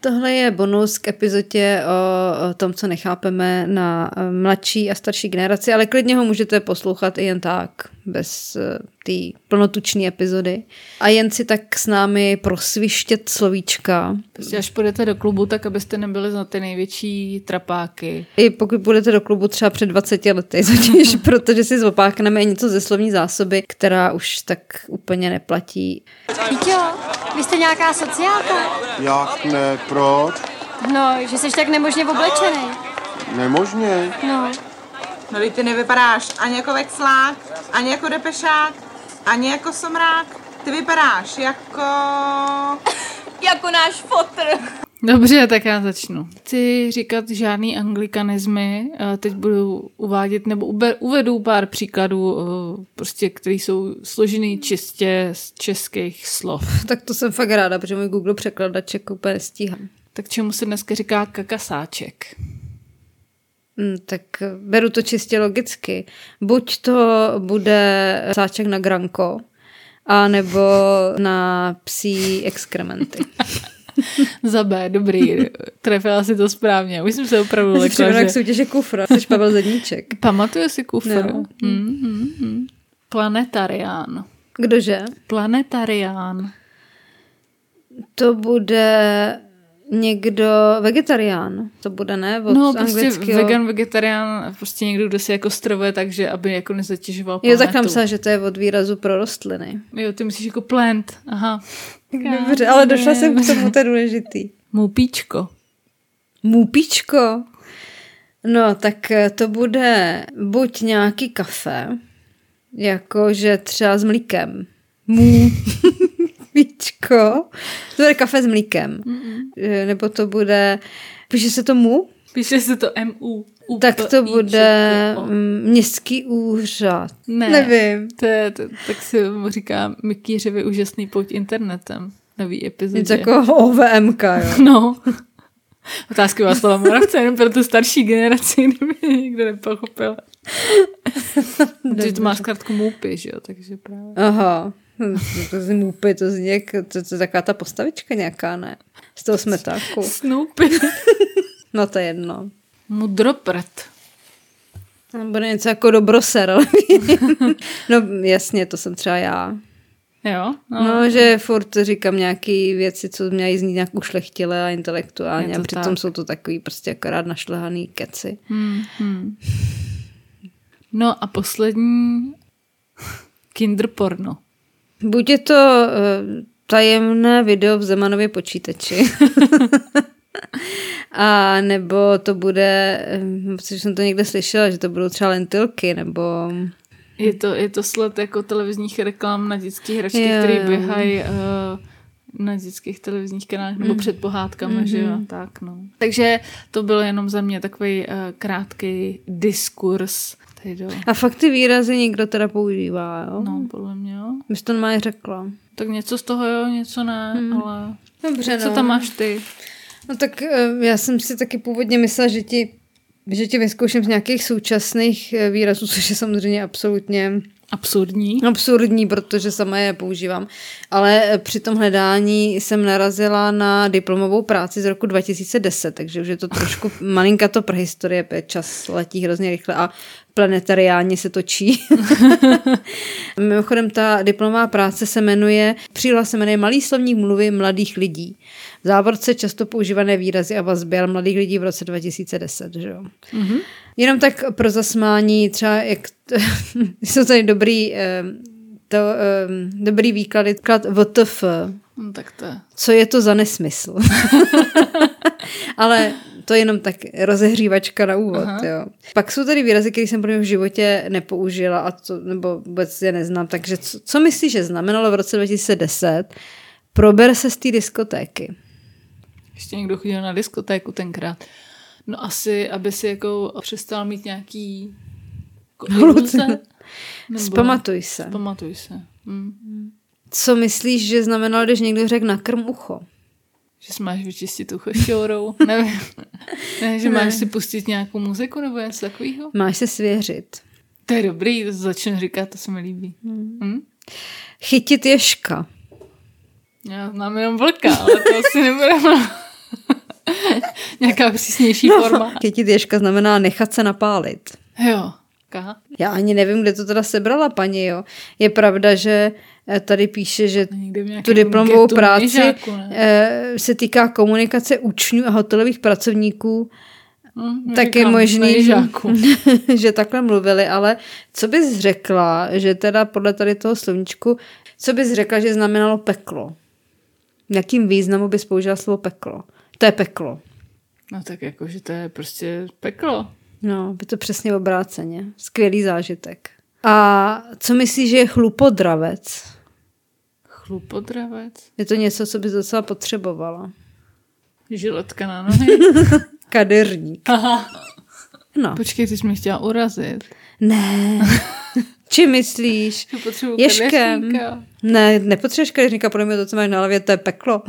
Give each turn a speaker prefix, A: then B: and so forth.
A: Tohle je bonus k epizodě o tom, co nechápeme na e, mladší a starší generaci, ale klidně ho můžete poslouchat i jen tak, bez e, té plnotučné epizody. A jen si tak s námi prosvištět slovíčka.
B: Prostě až půjdete do klubu, tak abyste nebyli za ty největší trapáky.
A: I pokud budete do klubu třeba před 20 lety, totiž protože si zopákneme něco ze slovní zásoby, která už tak úplně neplatí.
C: Vítějo, vy jste nějaká sociálka?
D: Jak ne, proč?
C: No, že jsi tak nemožně oblečený.
D: Nemožně.
C: No,
E: No, teď ty nevypadáš ani jako vexlák, ani jako depešák, ani jako somrák. Ty vypadáš jako...
F: Jako náš fotr.
B: Dobře, tak já začnu. Chci říkat žádný anglikanizmy, eh, teď budu uvádět nebo ube- uvedu pár příkladů, eh, prostě, které jsou složený čistě z českých slov.
A: Tak to jsem fakt ráda, protože můj Google překladaček úplně nestíhá.
B: Tak čemu se dneska říká kakasáček?
A: Mm, Tak beru to čistě logicky. Buď to bude sáček na granko, a nebo na psí exkrementy.
B: Za B, dobrý, trefila si to správně. Už jsem se opravdu
A: Včera
B: lekla,
A: jak
B: že...
A: soutěže kufra, jsi Pavel Zedníček.
B: Pamatuje si kufr?
A: No.
B: Mm, mm, mm. Planetarián.
A: Kdože?
B: Planetarián.
A: To bude někdo vegetarián. To bude ne? Od
B: no, prostě
A: anglického-
B: vegan, vegetarián, prostě někdo, kdo si jako stravuje tak, že aby jako nezatěžoval
A: Jo,
B: planetu.
A: tak tam se, že to je od výrazu pro rostliny.
B: Jo, ty myslíš jako plant, aha.
A: Dobře, ale došla jsem k tomu, to je důležitý.
B: Moupíčko.
A: Můpičko. No, tak eh, to bude buď nějaký kafe, jakože třeba s mlíkem. Mů. Píčko. To bude kafe s mlíkem. Eh, Nebo to bude... Píše se to mu?
B: Píše se to MU. U,
A: Tak
B: P,
A: to
B: I, Č,
A: bude
B: K, O.
A: mm, městský úřad.
B: Ne.
A: Nevím.
B: To je, to, tak si mu říká Mikýřevi úžasný pouť internetem. Nový epizodě.
A: Něco jako OVMK, jo.
B: No. Otázky Václava Moravce, jenom pro tu starší generaci, kdyby nikdo nepochopil. Protože to má zkrátku moupy, že jo, takže právě.
A: Aha. Hm, To zní mupy, to zní jak, to, to je taková ta postavička nějaká, ne? Z toho smetáku.
B: Snoopy.
A: No to je jedno.
B: Mudroprt.
A: Tam Bude něco jako dobroser, ale No jasně, to jsem třeba já.
B: Jo?
A: No, no že furt říkám nějaký věci, co mějí znít nějak ušlechtile a
B: Je
A: intelektuálně
B: to
A: a přitom
B: tak.
A: jsou to takový prostě akorát našlehaný keci.
B: Hmm, hmm. No a poslední kinderporno.
A: Buď je to eh, tajemné video v Zemanově počítači. a nebo to bude, eh, protože jsem to někde slyšela, že to budou třeba lentilky, nebo...
B: Je to, je to sled jako televizních reklam na dětských hračky,
A: Jo,
B: které
A: jo.
B: běhají uh, na dětských televizních kanálech
A: Hmm.
B: nebo před pohádkami, že jo, a tak no. Takže to byl jenom za mě takový uh, krátký diskurs tady do...
A: A fakt ty výrazy někdo teda používá, jo?
B: No, podle mě, jo.
A: Bys to normálně řekla.
B: Tak něco z toho, jo, něco ne, ale...
A: Hmm. Dobře,
B: Co
A: no.
B: tam máš ty?
A: No tak eh, já jsem si taky původně myslela, že ti, že ti vyzkouším z nějakých současných eh, výrazů, což je samozřejmě absolutně
B: Absurdní.
A: No. absurdní, protože sama je nepoužívám. Ale eh, při tom hledání jsem narazila na diplomovou práci z roku 2010, takže už je to trošku malinka to prehistorie, protože čas letí hrozně rychle a planetariáni se točí. Mimochodem, ta diplomová práce se jmenuje, příloha se jmenuje Malý slovník mluvy mladých lidí. V závorce často používané výrazy a vazby ale mladých lidí v roce 2010, že jo? Mm-hmm. Jenom tak pro zasmání, třeba jak t- jsou tady dobrý, ehm, to, ehm, dobrý výklady, klad VTF,
B: No, tak to je.
A: co je to za nesmysl. Ale to je jenom tak rozehřívačka na úvod. Jo. Pak jsou tady výrazy, které jsem pro mě v životě nepoužila, a to, nebo vůbec je neznám. Takže co, co myslíš, že znamenalo v roce 2010? Prober se z té diskotéky.
B: Ještě někdo chodil na diskotéku tenkrát. No asi, aby si jako přestal mít nějaký... Jako
A: Halucin-
B: iluze, nebo-
A: Zpamatuj se.
B: Pamatuj se. Mm.
A: Co myslíš, že znamenalo, když někdo řekl nakrm ucho?
B: Že si máš vyčistit ucho šťourou, nevím. ne, že máš si pustit nějakou muziku nebo něco takového.
A: Máš se svěřit.
B: To je dobrý, to začnu říkat, to se mi líbí.
A: Hmm.
B: Hm?
A: Chytit ješka.
B: Já znám jenom vlka, ale to asi nebude. Nějaká přísnější
A: No.
B: forma.
A: Chytit ježka znamená nechat se napálit.
B: Jo. Ka.
A: Já ani nevím, kde to teda sebrala paní, jo. Je pravda, že eh, tady píše, že
B: Někde v
A: tu
B: nějakém
A: diplomovou
B: getu
A: práci
B: Měžáku, ne?
A: eh, se týká komunikace učňů a hotelových pracovníků,
B: Hm,
A: tak je
B: říkám,
A: možný, že-
B: Měžáku.
A: že takhle mluvili, ale co bys řekla, že teda podle tady toho slovníčku, co bys řekla, že znamenalo peklo? V jakým významu bys použila slovo peklo? To je peklo.
B: No tak jako, že to je prostě peklo.
A: No, by to přesně obráceně. Skvělý zážitek. A co myslíš, že je chlupodravec?
B: Chlupodravec.
A: Je to něco, co bys docela potřebovala.
B: Žiletka na nohy.
A: Kaderník.
B: Aha.
A: No.
B: Počkej, ty jsi mě chtěla urazit.
A: Ne. Čím myslíš?
B: Že potřebuji
A: Ježkem.
B: kadeřníka.
A: Ne, nepotřebuješ kadeřníka, podle mě to, co máš na hlavě, to je peklo.